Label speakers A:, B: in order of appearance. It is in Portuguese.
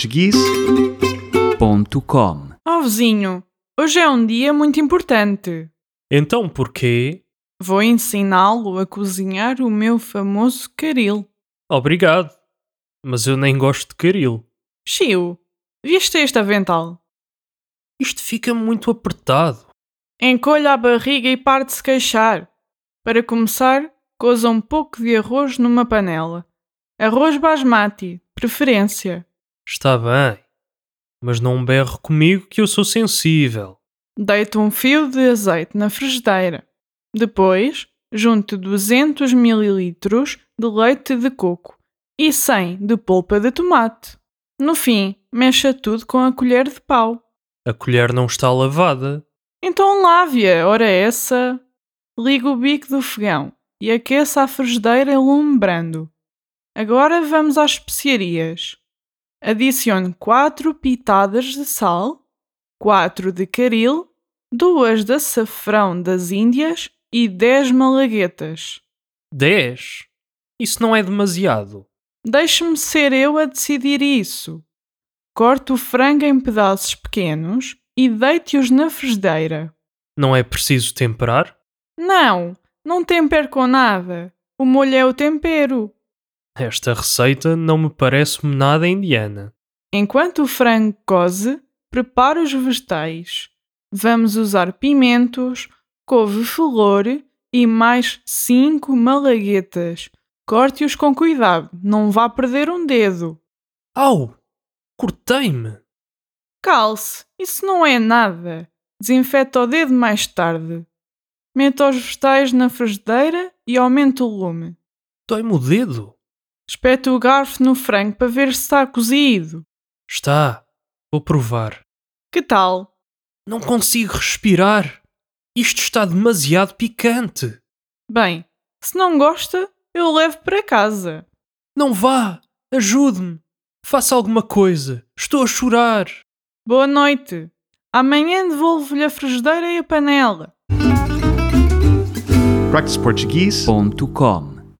A: practiceportuguese.com.
B: .com
C: Oh, vizinho, hoje é um dia muito importante.
D: Então porquê?
C: Vou ensiná-lo a cozinhar o meu famoso caril.
D: Obrigado. Mas eu nem gosto de caril.
C: Chiu, viste este avental?
D: Isto fica muito apertado.
C: Encolha a barriga e pare de se queixar. Para começar, coza um pouco de arroz numa panela. Arroz basmati, de preferência.
D: Está bem. Mas não berre comigo que eu sou sensível.
C: Deite um fio de azeite na frigideira. Depois, junte 200 ml de leite de coco e 100 de polpa de tomate. No fim, mexa tudo com a colher de pau.
D: A colher não está lavada.
C: Então lave-a, ora essa. Liga o bico do fogão e aqueça a frigideira em lume brando. Agora vamos às especiarias. Adicione 4 pitadas de sal, 4 de caril, 2 de açafrão das Índias e 10 malaguetas.
D: 10. Isso não é demasiado.
C: Deixe-me ser eu a decidir isso. Corte o frango em pedaços pequenos e deite-os na frigideira.
D: Não é preciso temperar?
C: Não, não tempero com nada. O molho é o tempero.
D: Esta receita não me parece nada indiana.
C: Enquanto o frango coze, prepare os vegetais. Vamos usar pimentos, couve-flor e mais cinco malaguetas. Corte-os com cuidado, não vá perder um dedo.
D: Au! Cortei-me!
C: Calce, isso não é nada. Desinfeta o dedo mais tarde. Meta os vegetais na frigideira e aumente o lume.
D: Dói-me o dedo!
C: Espeta o garfo no frango para ver se está cozido.
D: Está. Vou provar.
C: Que tal?
D: Não consigo respirar. Isto está demasiado picante.
C: Bem, se não gosta, eu levo para casa.
D: Não vá! Ajude-me! Faça alguma coisa! Estou a chorar!
C: Boa noite. Amanhã devolvo-lhe a frigideira e a panela.
A: practiceportuguese.com.
B: .com